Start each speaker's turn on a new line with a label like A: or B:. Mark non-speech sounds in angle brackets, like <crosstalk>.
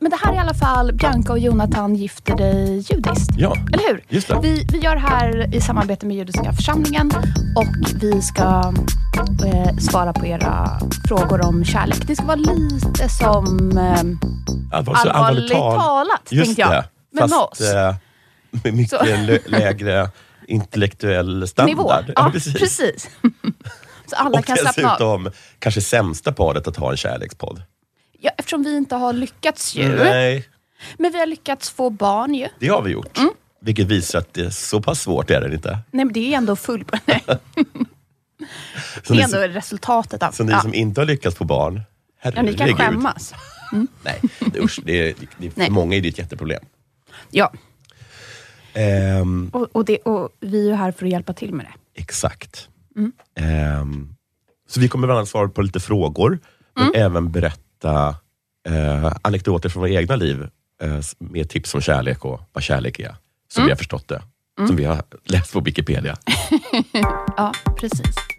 A: Men det här är i alla fall Bianca och Jonathan gifter dig judiskt.
B: Ja,
A: Eller hur?
B: Just det.
A: Vi, vi gör det här i samarbete med Judiska församlingen och vi ska eh, svara på era frågor om kärlek. Det ska vara lite som eh,
B: allvar, så
A: allvarligt talat,
B: Just
A: tänkte jag.
B: det.
A: Men med
B: Fast
A: oss.
B: eh, med mycket
A: Så.
B: lö- lägre intellektuell
A: <laughs>
B: standard.
A: Nivå.
B: Ja,
A: Ja,
B: precis.
A: precis. <laughs> Så alla
B: Och
A: kan slappna av.
B: dessutom, kanske sämsta paret att ha en kärlekspodd.
A: Ja, eftersom vi inte har lyckats ju.
B: Nej,
A: Men vi har lyckats få barn ju.
B: det har vi gjort.
A: Mm.
B: Vilket visar att det är så pass svårt är det inte.
A: Nej, men det är ändå full... <laughs> Nej,
B: Så
A: det
B: ni,
A: är ändå resultatet av...
B: så ni
A: ja.
B: som inte har lyckats få barn,
A: ja, ni
B: herregud.
A: kan skämmas.
B: Nej, det, usch, det, är- det, är-
A: <laughs> Nej.
B: för många är det ett jätteproblem.
A: Ja,
B: Ehm,
A: och, och, det, och vi är ju här för att hjälpa till med det.
B: Exakt. Ehm, så vi kommer bland annat svara på lite frågor, men även berätta eh, anekdoter från våra egna liv eh, s- med tips om kärlek och vad kärlek är, som vi har förstått det. Som vi har läst på Wikipedia.
A: Ja, precis.